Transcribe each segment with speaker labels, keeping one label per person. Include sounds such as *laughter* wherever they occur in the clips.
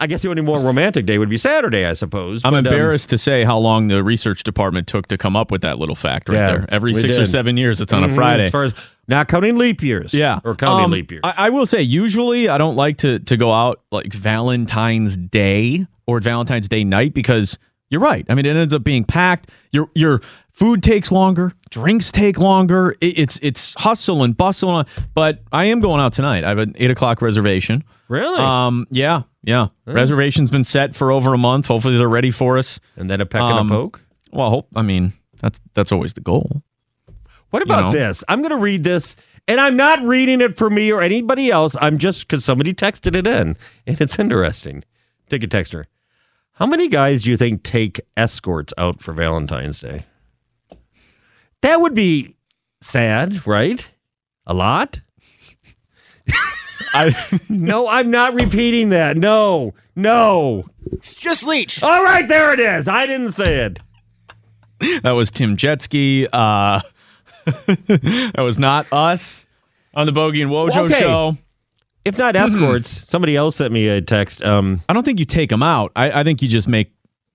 Speaker 1: I guess the only more romantic day would be Saturday, I suppose.
Speaker 2: I'm
Speaker 1: but, um,
Speaker 2: embarrassed to say how long the research department took to come up with that little fact right
Speaker 1: Yeah,
Speaker 2: there. Every
Speaker 1: we
Speaker 2: six or
Speaker 1: did.
Speaker 2: seven years, it's on a
Speaker 1: mhm,
Speaker 2: Friday.
Speaker 1: As far as not counting leap years.
Speaker 2: Yeah.
Speaker 1: Or counting
Speaker 2: Um,
Speaker 1: leap years.
Speaker 2: I, I will say, usually I don't like to to go out like Valentine's Day or Valentine's Day night because you're right. I mean, it ends up being packed. Your your food takes longer, drinks take longer. It, it's it's hustle and bustle. But I am going out tonight. I have an eight o'clock reservation.
Speaker 1: really?
Speaker 2: Um, yeah, yeah. Reservation's been set for over a month. Hopefully, they're ready for us.
Speaker 1: and then a peck
Speaker 2: um,
Speaker 1: and a poke?
Speaker 2: Well, I hope. I mean, that's that's always the goal.
Speaker 1: What about
Speaker 2: know.
Speaker 1: this? I'm going to read this, and I'm not reading it for me or anybody else. I'm just because somebody texted it in, and it's interesting. Take a texter. How many guys do you think take escorts out for Valentine's Day? That would be sad, right? A lot?
Speaker 2: I.
Speaker 1: *laughs* No, I'm not repeating that. No, no.
Speaker 3: Just leech.
Speaker 1: All right, there it is. I didn't say it.
Speaker 2: That was Tim Jetsky. Uh, *laughs* that was not us on the Bogey and Wojo
Speaker 1: Okay.
Speaker 2: show.
Speaker 1: If
Speaker 2: *clears throat*
Speaker 1: not escorts, somebody else sent me a text. Um,
Speaker 2: I don't think you take them out. I, I think you just make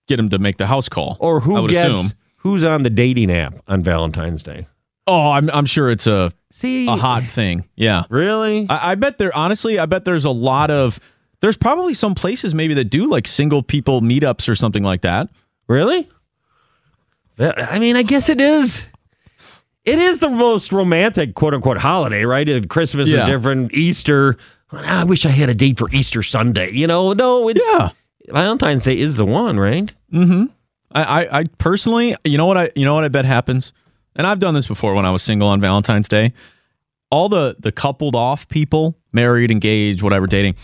Speaker 2: get them to make the house call.
Speaker 1: or
Speaker 2: I
Speaker 1: who
Speaker 2: would
Speaker 1: gets
Speaker 2: assume.
Speaker 1: who's on the dating app on Valentine's Day?
Speaker 2: Oh, I'm I'm sure it's a
Speaker 1: See,
Speaker 2: a hot thing. Yeah,
Speaker 1: Really?
Speaker 2: I, I bet there. Honestly, I bet there's a lot of. There's probably some places maybe that do like single people meetups or something like that.
Speaker 1: Really? That- I mean, I guess it is. It is the most romantic, quote unquote, holiday, right? And Christmas
Speaker 2: Yeah.
Speaker 1: is different. Easter. I wish I had a date for Easter Sunday. You know, no, it's
Speaker 2: Yeah.
Speaker 1: Valentine's Day is the one, right?
Speaker 2: Mm-hmm. I, I, I personally, you know what I, you know what I bet happens, and I've done this before when I was single on Valentine's Day. All the the coupled off people, married, engaged, whatever, dating,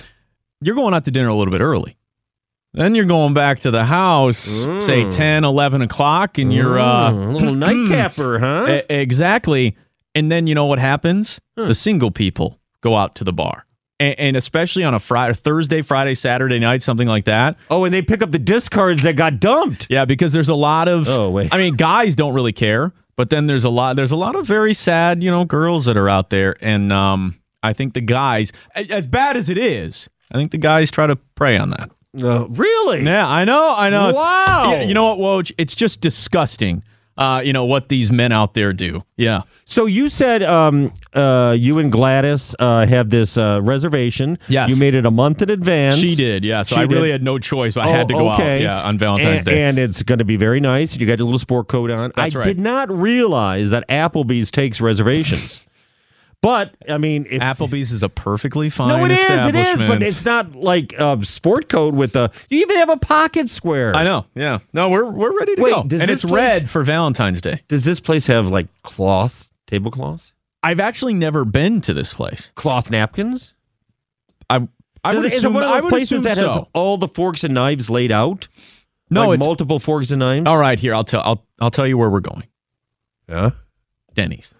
Speaker 2: you're going out to dinner a little bit early. Then you're going back to the house, say 10, 11 o'clock, and you're uh,
Speaker 1: Mm, a
Speaker 2: *clears throat*
Speaker 1: little nightcapper, huh?
Speaker 2: E- exactly. And then you know what happens? The single people go out to the bar, and, and especially on a Friday, Thursday, Friday, Saturday night, something like that.
Speaker 1: oh, and they pick up the discards that got dumped.
Speaker 2: Yeah, because there's a lot of.
Speaker 1: Oh, wait.
Speaker 2: I mean, guys don't really care, but then there's a lot. There's a lot of very sad, you know, girls that are out there, and um, I think the guys, a- as bad as it is, I think the guys try to prey on that.
Speaker 1: Uh, really?
Speaker 2: Yeah, I know, I know. It's-
Speaker 1: Wow.
Speaker 2: Yeah, you know what, Woj? It's just disgusting. Uh, you know what these men out there do. Yeah.
Speaker 1: So you said um, uh, you and Gladys uh, have this uh, reservation.
Speaker 2: Yes.
Speaker 1: You made it a month in advance.
Speaker 2: She did, yeah. So
Speaker 1: She
Speaker 2: I really
Speaker 1: did.
Speaker 2: had no choice. but I had to
Speaker 1: Oh,
Speaker 2: go
Speaker 1: okay.
Speaker 2: out, yeah, on Valentine's
Speaker 1: and,
Speaker 2: Day.
Speaker 1: And it's going to be very nice. You got your little sport coat on.
Speaker 2: That's
Speaker 1: I
Speaker 2: right.
Speaker 1: did not realize that Applebee's takes
Speaker 2: *laughs*
Speaker 1: reservations. but, I mean, if.
Speaker 2: Applebee's is a perfectly fine
Speaker 1: no, it is. It
Speaker 2: establishment.
Speaker 1: is. But it's not like a sport coat with a. You even have a pocket square.
Speaker 2: I know. Yeah. No, we're we're ready to
Speaker 1: Wait,
Speaker 2: go.
Speaker 1: does
Speaker 2: And
Speaker 1: this
Speaker 2: it's
Speaker 1: place-
Speaker 2: red for Valentine's Day.
Speaker 1: Does this place have like cloth, tablecloths,
Speaker 2: I've actually never been to this place.
Speaker 1: cloth napkins?
Speaker 2: I I
Speaker 1: Does
Speaker 2: would
Speaker 1: it- is
Speaker 2: assume,
Speaker 1: it one of
Speaker 2: I
Speaker 1: those
Speaker 2: would
Speaker 1: places
Speaker 2: assume
Speaker 1: that
Speaker 2: so.
Speaker 1: has all the forks and knives laid out?
Speaker 2: no,
Speaker 1: like
Speaker 2: it's
Speaker 1: multiple forks and knives.
Speaker 2: all right. Here, I'll tell I'll I'll tell you where we're going.
Speaker 1: Yeah.
Speaker 2: Denny's.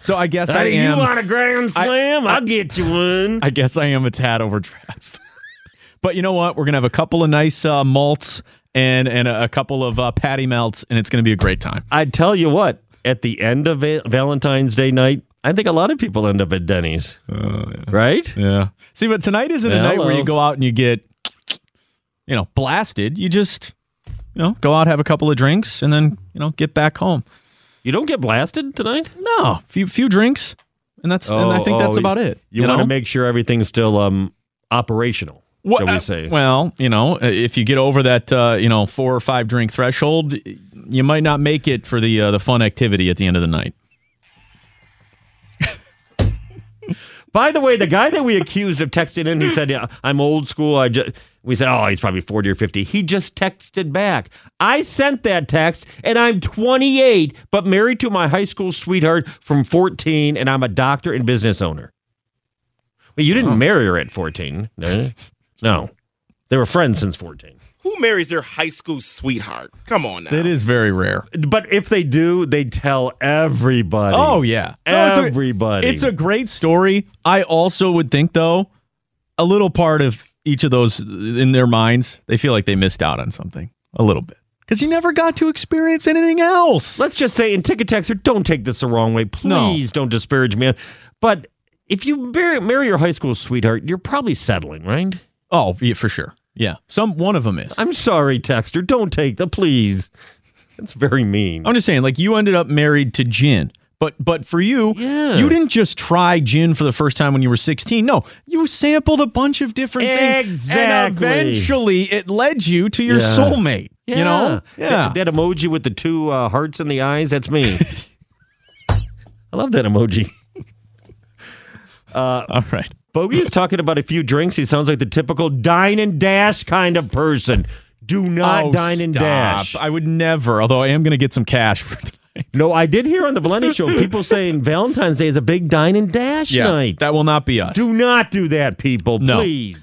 Speaker 2: so I guess I
Speaker 1: you
Speaker 2: am.
Speaker 1: want a grand slam? um, I, will get you one.
Speaker 2: I guess I am a tad overdressed. *laughs* but you know what? We're gonna have a couple of nice uh, malts and and a, a couple of uh, patty melts, and it's gonna be a great time.
Speaker 1: I tell you what. At the end of Va- Valentine's Day night, I think a lot of people end up at Denny's, right?
Speaker 2: Oh, Yeah. See, but tonight isn't a night where
Speaker 1: Hello.
Speaker 2: you go out and you get, you know, blasted. You just, you know, go out, have a couple of drinks, and then you know, get back home.
Speaker 1: You don't get blasted tonight.
Speaker 2: No, few few drinks, and that's and I
Speaker 1: Oh,
Speaker 2: think that's
Speaker 1: oh,
Speaker 2: about it.
Speaker 1: You, want
Speaker 2: know?
Speaker 1: to make sure everything's still um operational,
Speaker 2: Well,
Speaker 1: shall
Speaker 2: uh,
Speaker 1: we say?
Speaker 2: Well, you know, uh, if you get over that, uh, you know, four or five drink threshold, you might not make it for the uh, the fun activity at the end of the night.
Speaker 1: By the way, the guy that we accused of texting in, he said, yeah, "I'm old school." I just we said, "Oh, he's probably 40 or 50." He just texted back. I sent that text, and I'm 28, but married to my high school sweetheart from 14, and I'm a doctor and business owner. Well, you didn't marry her at 14, no? no, they were friends since 14.
Speaker 3: Who marries their high school sweetheart? Come on now.
Speaker 2: That is very rare.
Speaker 1: But if they do, they tell everybody.
Speaker 2: Oh yeah, No, it's a-
Speaker 1: everybody.
Speaker 2: It's a great story. I also would think though, a little part of each of those in their minds, they feel like they missed out on something. A little bit. because he never got to experience anything else.
Speaker 1: Let's just say, and ticket texter, don't take this the wrong way. Please don't disparage me. But if you marry, marry your high school sweetheart, you're probably settling, right?
Speaker 2: Oh, yeah, for sure. Yeah, some one of them is.
Speaker 1: I'm sorry, texter. Don't take the please. That's very mean.
Speaker 2: I'm just saying, like you ended up married to Jin. But but for you,
Speaker 1: Yeah.
Speaker 2: you didn't just try gin for the first time when you were 16. No, you sampled a bunch of different things. And
Speaker 1: Exactly.
Speaker 2: eventually it led you to your
Speaker 1: Yeah.
Speaker 2: soulmate. You know?
Speaker 1: That- That, emoji with the two uh, hearts in the eyes, that's
Speaker 2: *laughs*
Speaker 1: me. I love that emoji.
Speaker 2: All right.
Speaker 1: Bogey is talking about a few drinks. He sounds like the typical dine and dash kind of person. Do not
Speaker 2: Oh,
Speaker 1: dine and
Speaker 2: stop.
Speaker 1: dash.
Speaker 2: I would never, although I am going to get some cash for *laughs* tonight.
Speaker 1: no, I did hear on the Valenti
Speaker 2: *laughs*
Speaker 1: show people saying Valentine's Day is a big dine and dash night.
Speaker 2: That will not be us.
Speaker 1: Do not do that, people,
Speaker 2: No.
Speaker 1: please.